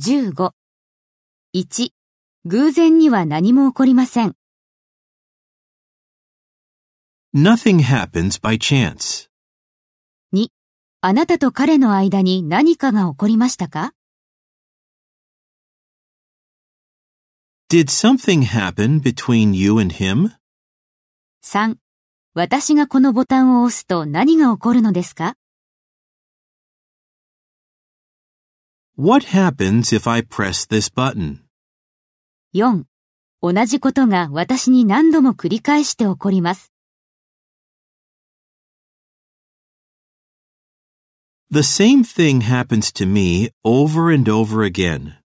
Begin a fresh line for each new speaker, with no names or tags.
15。1、偶然には何も起こりません。
Nothing happens by chance.
2、あなたと彼の間に何かが起こりましたか
Did something happen between you and him?
3、私がこのボタンを押すと何が起こるのですか
What happens if I press this button?
4. 同じことが私に何度も繰り返して起こります。
The same thing happens to me over and over again.